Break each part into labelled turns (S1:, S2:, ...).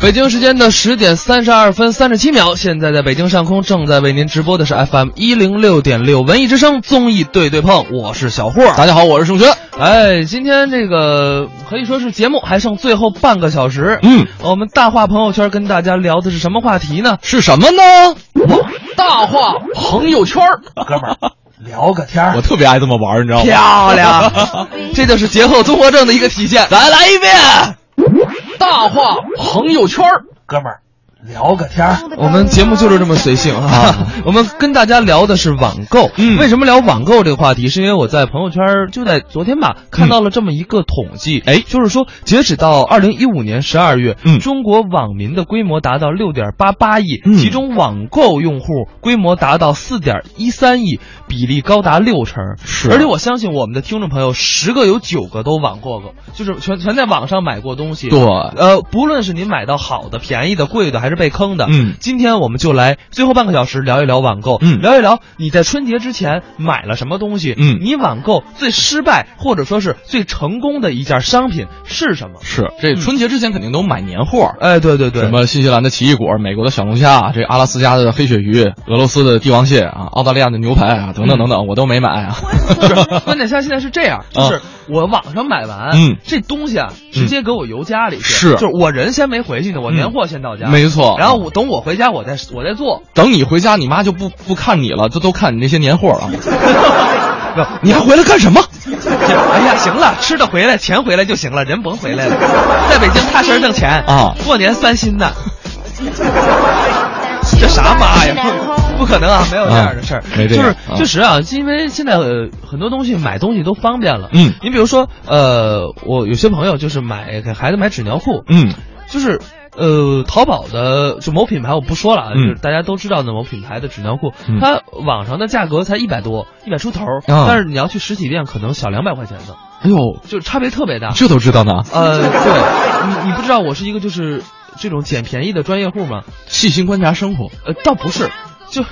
S1: 北京时间的十点三十二分三十七秒，现在在北京上空正在为您直播的是 FM 一零六点六文艺之声综艺对对碰，我是小霍。
S2: 大家好，我是盛轩。
S1: 哎，今天这个可以说是节目还剩最后半个小时，
S2: 嗯，
S1: 我们大话朋友圈跟大家聊的是什么话题呢？
S2: 是什么呢？
S1: 大话朋友圈，哥们儿聊个 天
S2: 我
S1: 儿，
S2: 特别爱这么玩儿，你知道吗？
S1: 漂亮， 这就是节后综合症的一个体现。来来一遍，大话朋友圈，哥们儿。聊个天儿，我们节目就是这么随性啊
S2: 啊！
S1: 我们跟大家聊的是网购，
S2: 嗯
S1: 为什么聊网购这个话题？是因为我在朋友圈儿就在昨天吧，看到了这么一个统计，
S2: 哎
S1: 就是说截止到二零一五年十二月，
S2: 嗯
S1: 中国网民的规模达到六点八八亿，
S2: 嗯
S1: 其中网购用户规模达到四点一三亿，比例高达六成。
S2: 是
S1: 而且我相信我们的听众朋友十个有九个都网购过，就是全全在网上买过东西。
S2: 对
S1: 呃，不论是您买到好的、便宜的、贵的，还是被坑的，
S2: 嗯
S1: 今天我们就来最后半个小时聊一聊网购，
S2: 嗯
S1: 聊一聊你在春节之前买了什么东西，
S2: 嗯
S1: 你网购最失败或者说是最成功的一件商品是什 么？
S2: 是这春节之前肯定都买年货儿，
S1: 哎，对对对，
S2: 什么新西兰的奇异果、美国的小龙虾、啊这阿拉斯加的黑鳕鱼、俄罗斯的帝王蟹啊、澳大利亚的牛排啊，等等等等，我都没买啊。
S1: 是关键现在现在是这样，就是我网上买完，
S2: 嗯
S1: 这东西啊，直接给我邮家里去，
S2: 是
S1: 就是我人先没回去呢，我
S2: 嗯
S1: 年货先到家，
S2: 没错
S1: 然后我等我回家，我再我再 做，
S2: 等你回家，你妈就不不看你了，就都看你那些年货了。
S1: 不
S2: 你还回来干什么？
S1: 哎呀，行了，吃的回来，钱回来就行了，人甭回来了，在北京踏实挣钱
S2: 啊
S1: 过年三薪呢。这啥妈呀？不可能啊，没有这样的事儿、
S2: 啊没这
S1: 就
S2: 样
S1: 是
S2: 啊
S1: 确实啊，因为现在、呃、很多东西买东西都方便了。
S2: 嗯
S1: 你比如说，呃，我有些朋友就是买给孩子买纸尿裤，
S2: 嗯，
S1: 就是呃，淘宝的就某品牌我不说了啊，就
S2: 嗯
S1: 是大家都知道的某品牌的纸尿裤，
S2: 嗯
S1: 它网上的价格才一百多，一百出头，
S2: 啊
S1: 但是你要去实体店可能小两百块钱的，
S2: 哎呦，
S1: 就是差别特别大。
S2: 这都知道呢，
S1: 呃，对，你你不知道我是一个就是这种捡便宜的专业户吗？
S2: 细心观察生活。
S1: 呃，倒不是， 就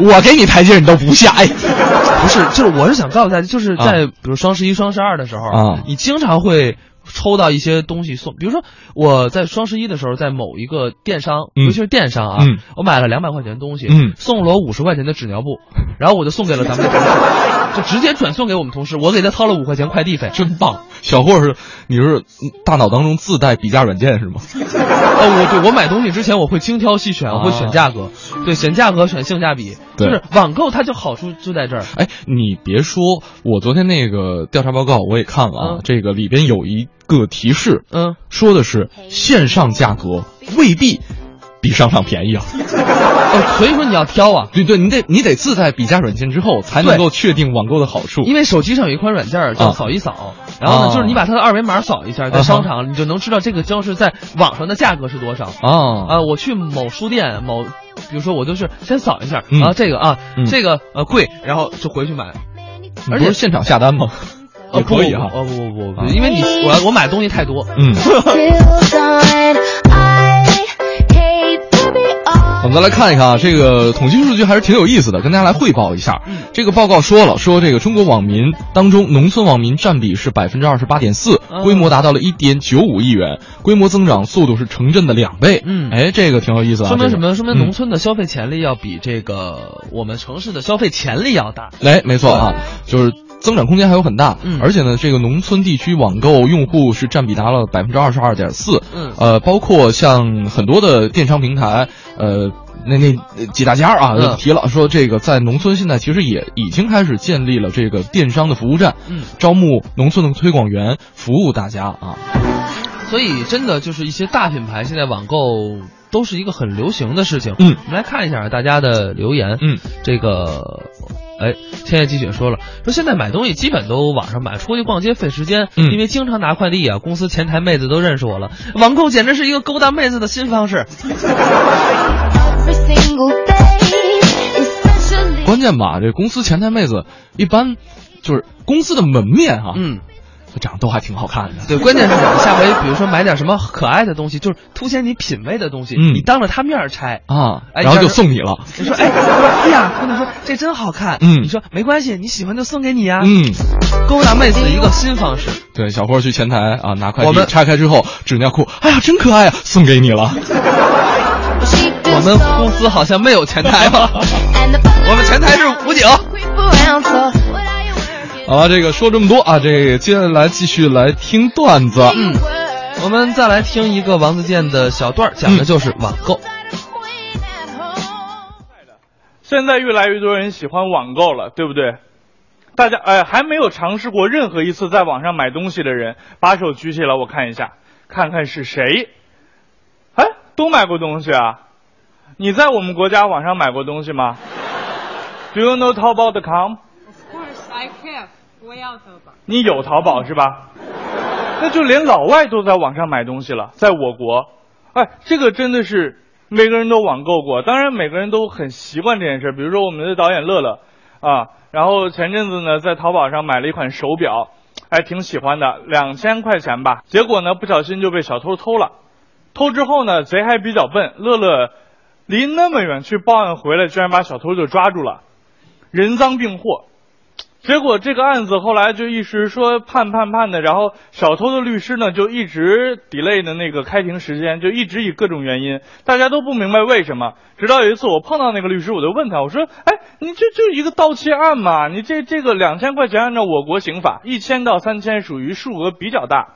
S2: 我给你台阶，你都不下。哎，
S1: 不是，就是我是想告诉大家，就是
S2: 啊
S1: 在比如双十一、双十二的时候，
S2: 啊
S1: 你经常会抽到一些东西送，比如说我在双十一的时候，在某一个电商，
S2: 嗯
S1: 尤其是电商啊，
S2: 嗯
S1: 我买了两百块钱的东西，
S2: 嗯
S1: 送了我五十块钱的纸尿布，然后我就送给了咱们的同事，就直接转送给我们同事，我给他掏了五块钱快递费，
S2: 真棒！小霍是，你是大脑当中自带比价软件是吗？
S1: 呃，我对我买东西之前我会精挑细选，我会
S2: 啊
S1: 选价格，对，选价格，选性价比，就
S2: 对
S1: 是网购它就好处就在这儿，
S2: 哎，你别说，我昨天那个调查报告我也看了啊，
S1: 嗯
S2: 这个里边有一个提示，
S1: 嗯，
S2: 说的是线上价格未必比商场便宜啊。
S1: 哦，所以说你要挑啊，
S2: 对对，你得你得自带比价软件之后，才能
S1: 对
S2: 够确定网购的好处。
S1: 因为手机上有一款软件儿叫
S2: 啊
S1: 扫一扫，然后呢，
S2: 啊
S1: 就是你把它的二维码扫一下，在
S2: 啊哈
S1: 商场你就能知道这个装饰在网上的价格是多少。
S2: 啊，
S1: 啊，我去某书店某，比如说我就是先扫一下，
S2: 嗯
S1: 啊，这个啊，
S2: 嗯
S1: 这个呃贵，然后就回去买。
S2: 你
S1: 而
S2: 不
S1: 且
S2: 是现场下单吗？也可以哈。
S1: 哦不不不不，
S2: 啊
S1: 因为你我我买东西太多，
S2: 嗯，我们再来看一看啊，这个统计数据还是挺有意思的，跟大家来汇报一下。
S1: 嗯
S2: 这个报告说了，说这个中国网民当中，农村网民占比是百分之二十八点四
S1: 嗯，
S2: 规模达到了一点九五亿元，规模增长速度是城镇的两倍。
S1: 嗯
S2: 哎，这个挺有意思啊。
S1: 说明
S2: 这
S1: 什
S2: 个
S1: 么？说明
S2: 嗯
S1: 农村的消费潜力要比这个我们城市的消费潜力要大。
S2: 哎，没错啊，就是增长空间还有很大。
S1: 嗯
S2: 而且呢，这个农村地区网购用户是占比达了百分之二十二点四。
S1: 嗯
S2: 呃，包括像很多的电商平台，呃。那那呃几大家啊，
S1: 嗯
S2: 提了说这个在农村现在其实也已经开始建立了这个电商的服务站，
S1: 嗯，
S2: 招募农村的推广员服务大家啊。
S1: 所以真的就是一些大品牌现在网购都是一个很流行的事情。
S2: 嗯
S1: 我们来看一下啊大家的留言。
S2: 嗯，
S1: 这个，哎，千叶积雪说了，说现在买东西基本都网上买，出去逛街费时间，
S2: 嗯
S1: 因为经常拿快递啊，公司前台妹子都认识我了。网购简直是一个勾搭妹子的新方式。
S2: 关键吧，这公司前台妹子一般就是公司的门面哈、啊
S1: 嗯，
S2: 长得都还挺好看的。
S1: 对，关键是我们下回比如说买点什么可爱的东西，就是凸显你品味的东西，
S2: 嗯
S1: 你当着他面儿拆。
S2: 啊，
S1: 哎
S2: 然后
S1: 要
S2: 就是送你了。
S1: 你说，哎，哎呀，姑娘说这真好看，
S2: 嗯
S1: 你说没关系，你喜欢就送给你呀、
S2: 嗯，
S1: 勾搭妹子一个新方式。
S2: 对，小霍去前台啊拿快
S1: 我
S2: 递，
S1: 们
S2: 拆开之后纸尿裤，哎呀，真可爱呀，送给你了。
S1: 我们公司好像没有前台吧？ 我们前台是武警。
S2: 好了，这个说这么多啊，这接下来继续来听段子。
S1: 嗯，我们再来听一个王自健的小段儿，讲的就是网购。
S3: 现在越来越多人喜欢网购了，对不对？大家呃还没有尝试过任何一次在网上买东西的人，把手举起来，我看一下，看看是谁。哎，都买过东西啊？你在我们国家网上买过东西吗？Do you know Taobao.com？
S4: Of course, I have. 我要淘宝。
S3: 你有淘宝是吧？那就连老外都在网上买东西了，在我国，哎，这个真的是每个人都网购过，当然每个人都很习惯这件事儿。比如说我们的导演乐乐，啊，然后前阵子呢在淘宝上买了一款手表，还挺喜欢的，两千块钱吧。结果呢不小心就被小偷偷了，偷之后呢贼还比较笨，乐乐离那么远去报案回来，居然把小偷就抓住了，人赃并获。结果这个案子后来就一直说判判判的，然后小偷的律师呢就一直 delay 的那个开庭时间，就一直以各种原因，大家都不明白为什么。直到有一次我碰到那个律师，我就问他，我说：“哎，你这就一个盗窃案嘛，你这这个两千块钱按照我国刑法，一千到三千属于数额比较大，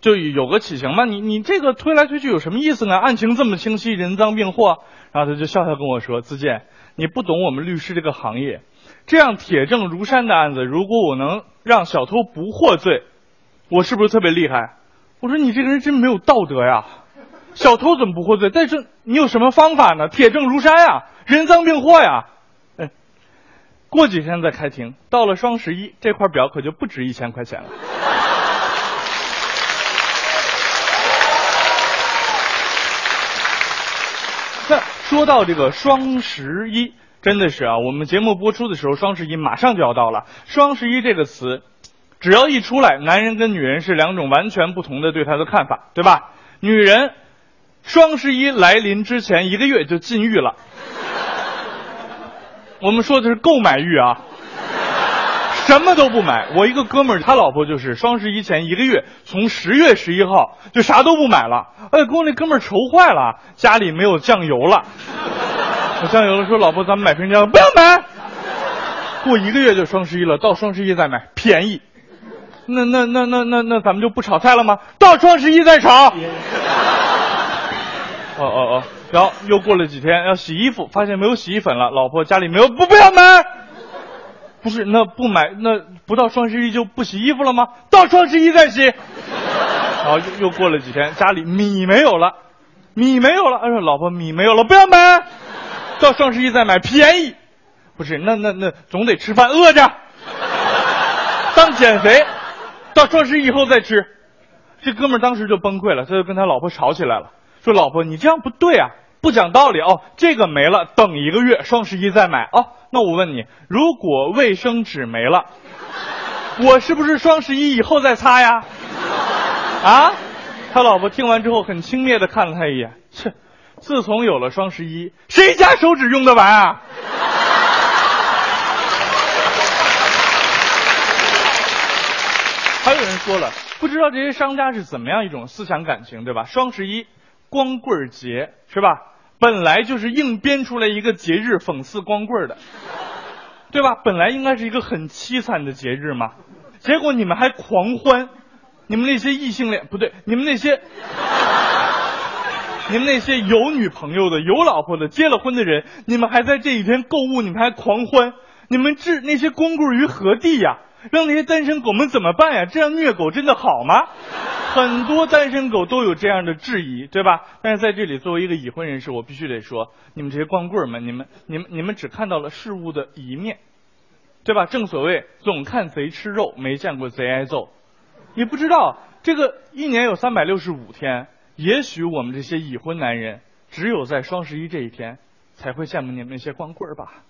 S3: 就有个起刑嘛，你你这个推来推去有什么意思呢？案情这么清晰，人赃并获。然后他就笑笑跟我说：“自健，你不懂我们律师这个行业，这样铁证如山的案子，如果我能让小偷不获罪，我是不是特别厉害？”我说：“你这个人真没有道德呀！小偷怎么不获罪？但是你有什么方法呢？铁证如山呀，人赃并获呀！”哎，过几天再开庭，到了双十一，这块表可就不值一千块钱了。那说到这个双十一，真的是啊，我们节目播出的时候，双十一马上就要到了。双十一这个词，只要一出来，男人跟女人是两种完全不同的对它的看法，对吧？女人，双十一来临之前一个月就禁欲了。我们说的是购买欲啊，什么都不买。我一个哥们儿，他老婆就是双十一前一个月，从十月十一号就啥都不买了。哎，给我那哥们儿愁坏了，家里没有酱油了。我酱油了，说老婆，咱们买瓶酱油，不要买。过一个月就双十一了，到双十一再买，便宜。那那那那那那咱们就不炒菜了吗？到双十一再炒。哦哦哦，然后又过了几天要洗衣服，发现没有洗衣粉了，老婆家里没有，不不要买。不是，那不买，那不到双十一就不洗衣服了吗？到双十一再洗。然后又又过了几天，家里米没有了，米没有了。哎呦，老婆，米没有了，不要买，到双十一再买，便宜。不是，那那那总得吃饭，饿着。当减肥，到双十一以后再吃。这哥们儿当时就崩溃了，他就跟他老婆吵起来了，说：“老婆，你这样不对啊，不讲道理哦。这个没了，等一个月，双十一再买哦。那我问你，如果卫生纸没了，我是不是双十一以后再擦呀？啊？”他老婆听完之后很轻蔑的看了他一眼，切，自从有了双十一，谁家手指用得完啊？还有人说了，不知道这些商家是怎么样一种思想感情，对吧？双十一、光棍节是吧？本来就是硬编出来一个节日讽刺光棍的，对吧？本来应该是一个很凄惨的节日嘛，结果你们还狂欢，你们那些异性恋不对，你们那些。你们那些有女朋友的、有老婆的、结了婚的人，你们还在这一天购物，你们还狂欢，你们置那些光棍于何地呀？让那些单身狗们怎么办呀？这样虐狗真的好吗？很多单身狗都有这样的质疑，对吧？但是在这里，作为一个已婚人士，我必须得说，你们这些光棍们，你们、你们、你们只看到了事物的一面，对吧？正所谓，总看贼吃肉，没见过贼挨揍。你不知道这个一年有三百六十五天，也许我们这些已婚男人只有在双十一这一天才会羡慕你们那些光棍儿吧。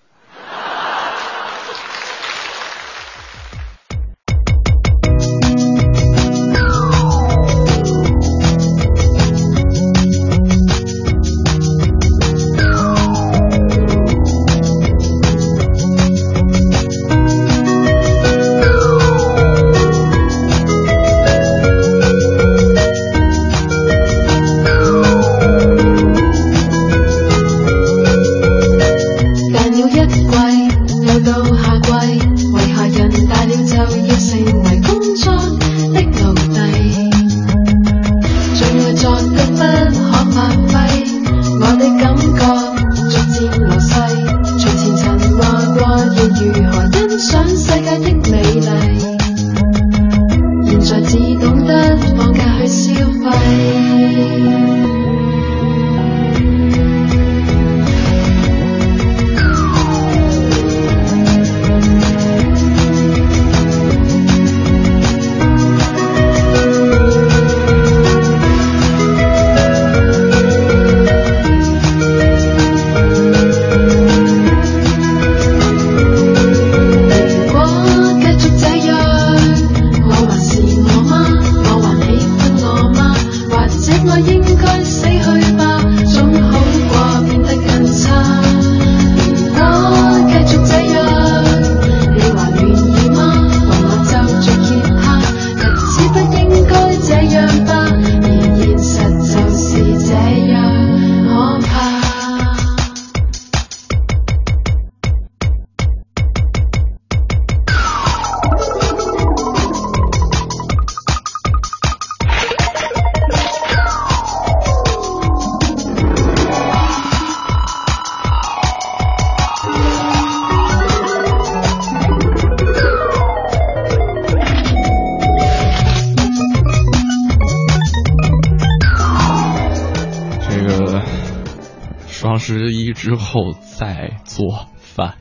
S2: 双十一之后再做饭。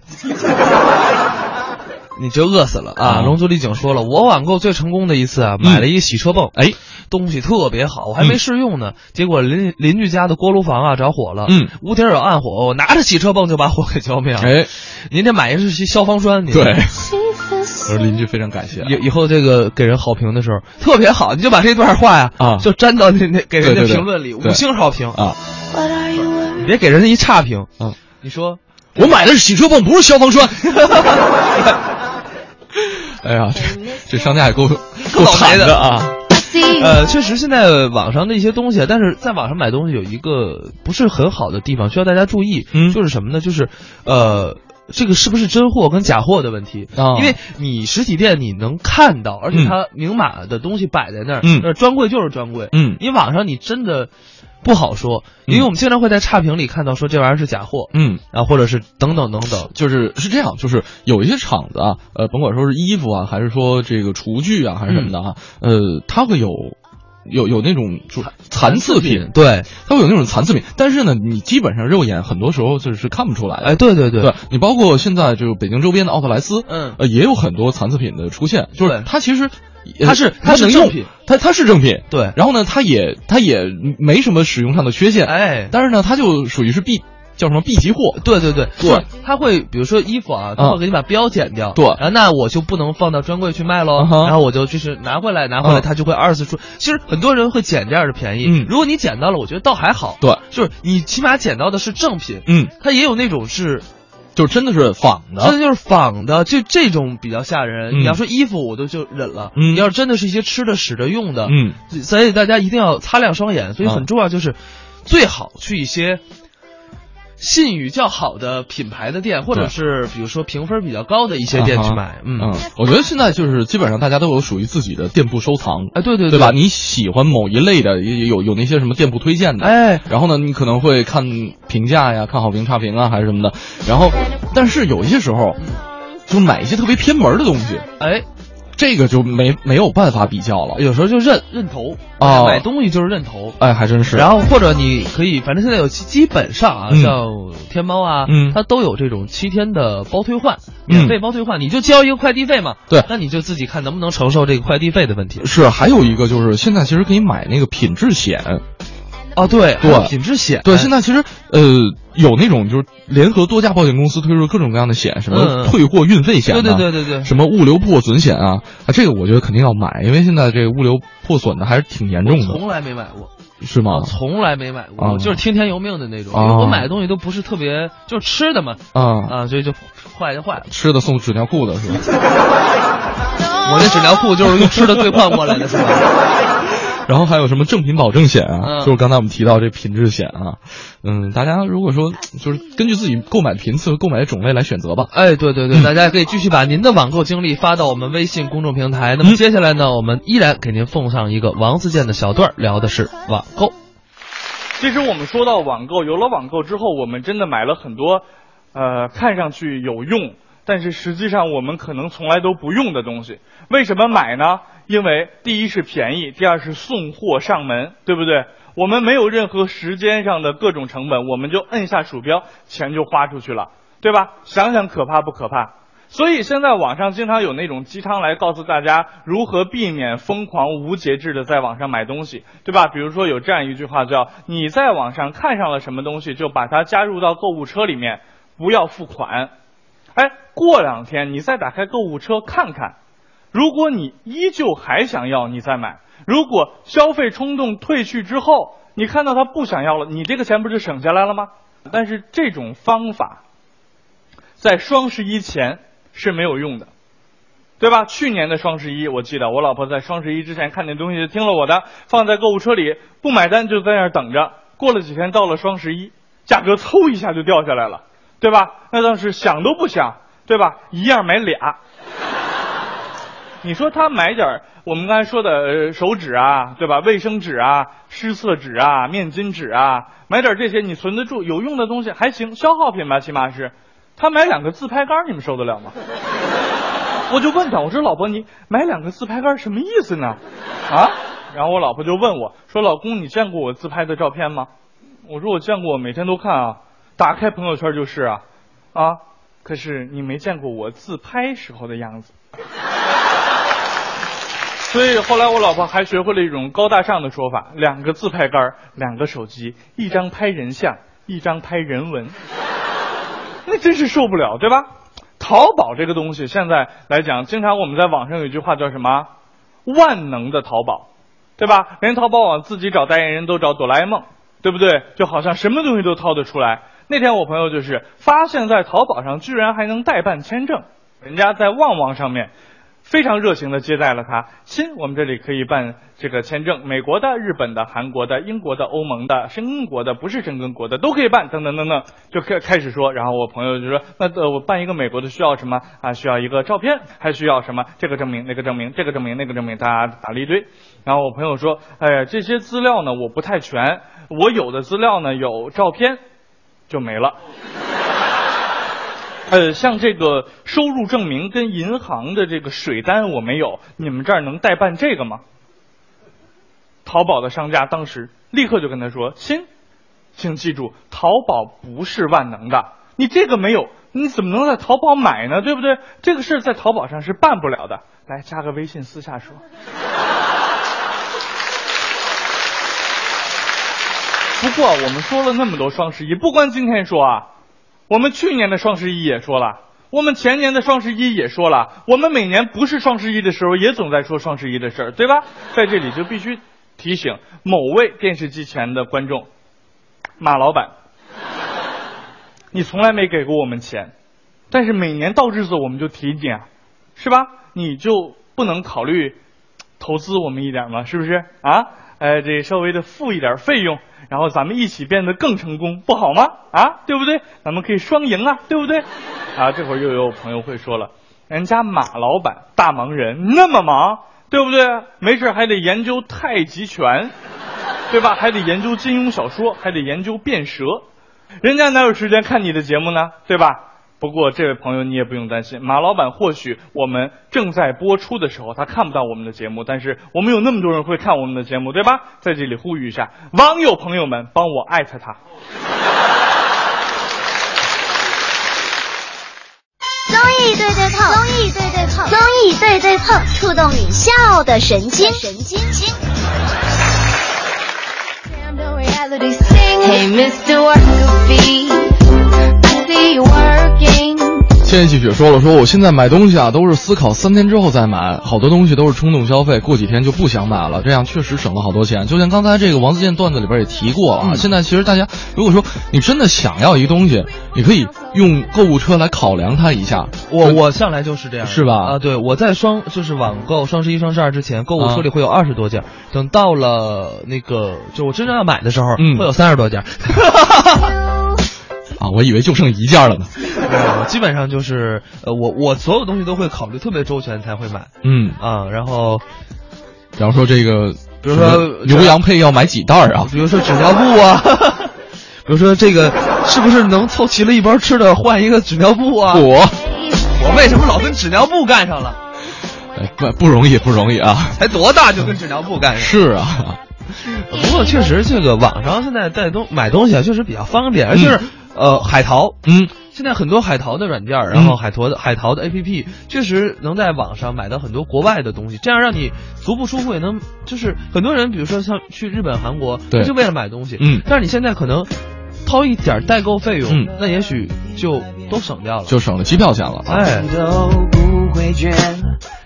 S1: 你就饿死了啊！
S2: 嗯
S1: 龙族丽景说了，我网购最成功的一次啊，买了一洗车泵，
S2: 哎，
S1: 东西特别好，我还没
S2: 嗯
S1: 试用呢，结果邻邻居家的锅炉房啊着火了，
S2: 嗯，
S1: 屋顶有暗火，我拿着洗车泵就把火给浇灭了。
S2: 哎，
S1: 您这买的是消防栓，您
S2: 对，我哎说邻居非常感谢啊。
S1: 以以后这个给人好评的时候特别好，你就把这段话呀
S2: 啊
S1: 就粘到那那给人家
S2: 对对对
S1: 评论里，
S2: 对
S1: 五星好评，
S2: 啊，
S1: 你别给人家一差评。
S2: 嗯，
S1: 你说
S2: 我买的是洗车泵，不是消防栓。哎呀，这这商家也够够
S1: 倒霉
S2: 惨
S1: 的
S2: 的啊！
S1: 呃，确实现在网上的一些东西，啊但是在网上买东西有一个不是很好的地方，需要大家注意，
S2: 嗯
S1: 就是什么呢？就是呃。这个是不是真货跟假货的问题？
S2: 啊
S1: 因为你实体店你能看到，而且
S2: 嗯
S1: 它明码的东西摆在那儿，
S2: 嗯
S1: 那专柜就是专柜，
S2: 嗯
S1: 你网上你真的不好说，
S2: 嗯
S1: 因为我们经常会在差评里看到说这玩意儿是假货，
S2: 嗯，
S1: 啊，或者是等等等等，
S2: 就是是这样，就是有一些厂子啊，呃，甭管说是衣服啊，还是说这个厨具啊，还是什么的啊，
S1: 嗯
S2: 呃，它会有有有那种就残次品，
S1: 对，
S2: 它会有那种残次品，但是呢，你基本上肉眼很多时候就是看不出来的。
S1: 哎，对对对，
S2: 对你包括现在就是北京周边的奥特莱斯，
S1: 嗯
S2: 呃，也有很多残次品的出现，就
S1: 对
S2: 是它其实。呃
S1: 它是它
S2: 它
S1: 是
S2: 能
S1: 正
S2: 用
S1: 品，
S2: 它它是正品，
S1: 对
S2: 然后呢，它也它也没什么使用上的缺陷，，
S1: 哎，
S2: 但是呢，它就属于是 B 叫什么 B 级货，
S1: 对对对，就
S2: 对
S1: 是他会比如说衣服啊，他会
S2: 嗯
S1: 给你把标剪掉，
S2: 对
S1: 然后那我就不能放到专柜去卖喽
S2: 嗯，哼
S1: 然后我就就是拿回来拿回来，
S2: 嗯
S1: 他就会二次出。其实很多人会捡这样的便宜，
S2: 嗯
S1: 如果你捡到了，我觉得倒还好，
S2: 对，
S1: 就是你起码捡到的是正品，
S2: 嗯，
S1: 它也有那种是
S2: 就真的是仿的，
S1: 真的就是仿的，就这种比较吓人。
S2: 嗯
S1: 你要说衣服，我都就忍了。
S2: 嗯
S1: 你要是真的是一些吃的、使的、用的，
S2: 嗯，
S1: 所以大家一定要擦亮双眼。所以
S2: 啊
S1: 很重要就是，最好去一些信誉较好的品牌的店，或者
S2: 对
S1: 是比如说评分比较高的一些店去买。嗯，
S2: 嗯，我觉得现在就是基本上大家都有属于自己的店铺收藏，
S1: 哎，对对
S2: 对吧？？你喜欢某一类的，也也有有那些什么店铺推荐的，
S1: 哎，
S2: 然后呢，你可能会看评价呀，看好评、差评啊，还是什么的。然后，但是有一些时候，就买一些特别偏门的东西，
S1: 哎，
S2: 这个就没没有办法比较了。
S1: 有时候就认认头
S2: 哦
S1: 买东西就是认头。
S2: 哎，还真是。
S1: 然后或者你可以，反正现在有基基本上啊，
S2: 嗯
S1: 像天猫啊，
S2: 嗯
S1: 它都有这种七天的包退换，
S2: 嗯
S1: 免费包退换，你就交一个快递费嘛。
S2: 对
S1: 那你就自己看能不能承受这个快递费的问题。
S2: 是，还有一个就是现在其实可以买那个品质险，
S1: 哦，对，
S2: 对
S1: 还有品质险，
S2: 对，现在其实呃有那种就是联合多家保险公司推出各种各样的险，什
S1: 嗯嗯
S2: 么退货运费险、啊
S1: 对对对对对
S2: 什么物流破损险啊啊，这个我觉得肯定要买，因为现在这个物流破损的还是挺严重
S1: 我
S2: 的，
S1: 从来没买过，
S2: 是吗
S1: 我？从来没买过，
S2: 啊
S1: 我就是听天由命的那种。
S2: 啊
S1: 因为我买的东西都不是特别，就是吃的嘛，
S2: 啊，
S1: 啊，所以就坏就坏 了。
S2: 吃的送纸尿裤的是吧？
S1: 我那纸尿裤就是用吃的兑换过来的，是 吧？
S2: 然后还有什么正品保证险啊？
S1: 嗯
S2: 就是刚才我们提到这品质险啊，嗯，大家如果说就是根据自己购买频次和购买的种类来选择吧。
S1: 哎，对对
S2: 嗯
S1: 对，大家可以继续把您的网购经历发到我们微信公众平台。
S2: 嗯
S1: 那么接下来呢，我们依然给您奉上一个王自健的小段儿，聊的是网购。
S3: 其实我们说到网购，有了网购之后，我们真的买了很多，呃，看上去有用，但是实际上我们可能从来都不用的东西。为什么买呢？因为第一是便宜，第二是送货上门，对不对？我们没有任何时间上的各种成本，我们就摁下鼠标，钱就花出去了，对吧？想想可怕不可怕？所以现在网上经常有那种鸡汤来告诉大家如何避免疯狂无节制的在网上买东西，对吧？比如说有这样一句话叫“你在网上看上了什么东西，就把它加入到购物车里面，不要付款”。哎，过两天你再打开购物车看看，如果你依旧还想要，你再买；如果消费冲动退去之后，你看到他不想要了，你这个钱不是省下来了吗？但是这种方法在双十一前是没有用的，对吧？去年的双十一，我记得我老婆在双十一之前看见东西，听了我的，放在购物车里，不买单就在那儿等着。过了几天，到了双十一，价格嗖一下就掉下来了，对吧？那当时想都不想，对吧？一样买俩。你说他买点儿我们刚才说的呃手纸啊，对吧？卫生纸啊、湿厕纸啊、面巾纸啊，买点儿这些你存得住有用的东西还行，消耗品吧，起码是。他买两个自拍杆儿，你们受得了吗？我就问他，我说老婆，你买两个自拍杆儿什么意思呢？啊？然后我老婆就问我说，老公，你见过我自拍的照片吗？我说我见过，每天都看啊。打开朋友圈就是啊，啊，可是你没见过我自拍时候的样子。所以后来我老婆还学会了一种高大上的说法：两个自拍杆儿，两个手机，一张拍人像，一张拍人文。 那真是受不了，对吧？淘宝这个东西现在来讲，经常我们在网上有一句话叫什么？万能的淘宝，对吧？连淘宝网自己找代言人都找哆啦 A 梦，对不对？就好像什么东西都掏得出来。那天我朋友就是发现，在淘宝上居然还能代办签证，人家在旺旺上面非常热情的接待了他。亲，我们这里可以办这个签证，美国的、日本的、韩国的、英国的、欧盟的、申根国的、不是申根国的都可以办，等等等等，就开开始说。然后我朋友就说：“那呃，我办一个美国的需要什么啊？需要一个照片，还需要什么这个证明、那个证明、这个证明、那个证明，他打了一堆。”然后我朋友说：“哎呀，这些资料呢，我不太全，我有的资料呢有照片，就没了。”呃，像这个收入证明跟银行的这个水单我没有，你们这儿能代办这个吗？淘宝的商家当时立刻就跟他说：“亲，请记住，淘宝不是万能的，你这个没有，你怎么能在淘宝买呢？对不对？这个事儿在淘宝上是办不了的。来，加个微信私下说。”不过我们说了那么多双十一，不光今天说啊，我们去年的双十一也说了，我们前年的双十一也说了，我们每年不是双十一的时候也总在说双十一的事儿，对吧？在这里就必须提醒某位电视机前的观众，马老板，你从来没给过我们钱，但是每年到日子我们就提你啊，是吧？你就不能考虑投资我们一点吗？是不是啊？哎，这稍微的付一点费用，然后咱们一起变得更成功，不好吗？啊，对不对？咱们可以双赢啊，对不对？啊，这会儿又有朋友会说了，人家马老板大忙人，那么忙，对不对？没事还得研究太极拳，对吧？还得研究金庸小说，还得研究变蛇，人家哪有时间看你的节目呢？对吧？不过这位朋友你也不用担心，马老板或许我们正在播出的时候他看不到我们的节目，但是我们有那么多人会看我们的节目，对吧？在这里呼吁一下，网友朋友们帮我艾特他。
S5: 综艺对对碰，综艺对对碰，综艺对对碰，触动你笑的神经，神经经。
S6: Hey, Mr. Workofi, I see you working.
S2: 千玺雪说了，说我现在买东西啊，都是思考三天之后再买，好多东西都是冲动消费，过几天就不想买了，这样确实省了好多钱。就像刚才这个王自健段子里边也提过了啊，现在其实大家如果说你真的想要一个东西，你可以用购物车来考量它一下。
S1: 我我向来就是这样，
S2: 是吧
S1: 啊，对，我在双就是网购双十一、双十二之前，购物车里会有二十多件儿，等到了那个就我真正要买的时候，
S2: 嗯
S1: 会有三十多 件儿。
S2: 啊，我以为就剩一件了呢。
S1: 我 基本上就是呃，我我所有东西都会考虑特别周全才会买
S2: 嗯，
S1: 啊，然后
S2: 比方说这个，
S1: 比如说
S2: 什么牛羊配要买几袋儿啊？
S1: 比如说纸尿布啊， 比如说这个是不是能凑齐了一包吃的换一个纸尿布啊？
S2: 我，
S1: 我为什么老跟纸尿布干上了？
S2: 哎，不不容易，不容易啊。
S1: 才多大就跟纸尿布干上了？
S2: 是啊，
S1: 不过确实，这个网上现在带东买东西啊，确实比较方便，而且、是呃海淘，
S2: 嗯，
S1: 现在很多海淘的软件儿，然后海淘的海淘的 APP，确实能在网上买到很多国外的东西，这样让你足不出户，也能就是很多人，比如说像去日本、韩国，
S2: 对
S1: 就为了买东西，
S2: 嗯
S1: 但是你现在可能掏一点儿代购费用，
S2: 嗯
S1: 那也许就都省掉了，
S2: 就省了机票钱了。啊。
S1: 哎，
S7: 都不会倦，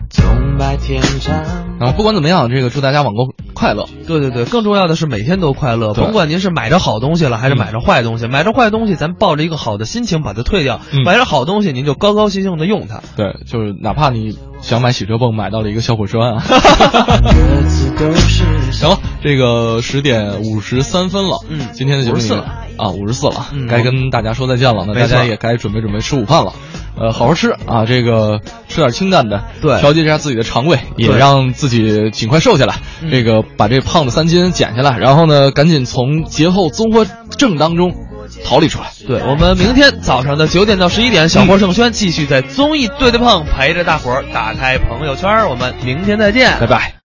S7: 总把天长。
S2: 然后不管怎么样，这个祝大家网购快乐。
S1: 对对对，更重要的是每天都快乐，
S2: 嗯对嗯
S1: 甭管您是买着好东西了，还是买着坏东西。买着坏东西，咱抱着一个好的心情把它退掉；
S2: 嗯
S1: 买着好东西，您就高高兴兴的用它。
S2: 对，就是哪怕你想买洗车泵，买到了一个小火车啊。
S7: 各自都是
S2: 行了，这个十点五十三分了，
S1: 嗯
S2: 今天的节目
S1: 54了
S2: 啊，五十四了，
S1: 嗯
S2: 该跟大家说再见了，那
S1: 没
S2: 大
S1: 错
S2: 家也该准备准备吃午饭了，呃，好好吃啊，这个吃点清淡的，
S1: 对
S2: 调节一下自己的肠胃，也
S1: 对
S2: 让自己尽快瘦下来，
S1: 嗯
S2: 这个把这胖的三斤减下来，然后呢，赶紧从节后综合症当中逃离出来。
S1: 对我们明天早上的九点到十一点，小霍盛轩继续在综艺对对碰陪着大伙儿打开朋友圈儿。我们明天再见，
S2: 拜拜。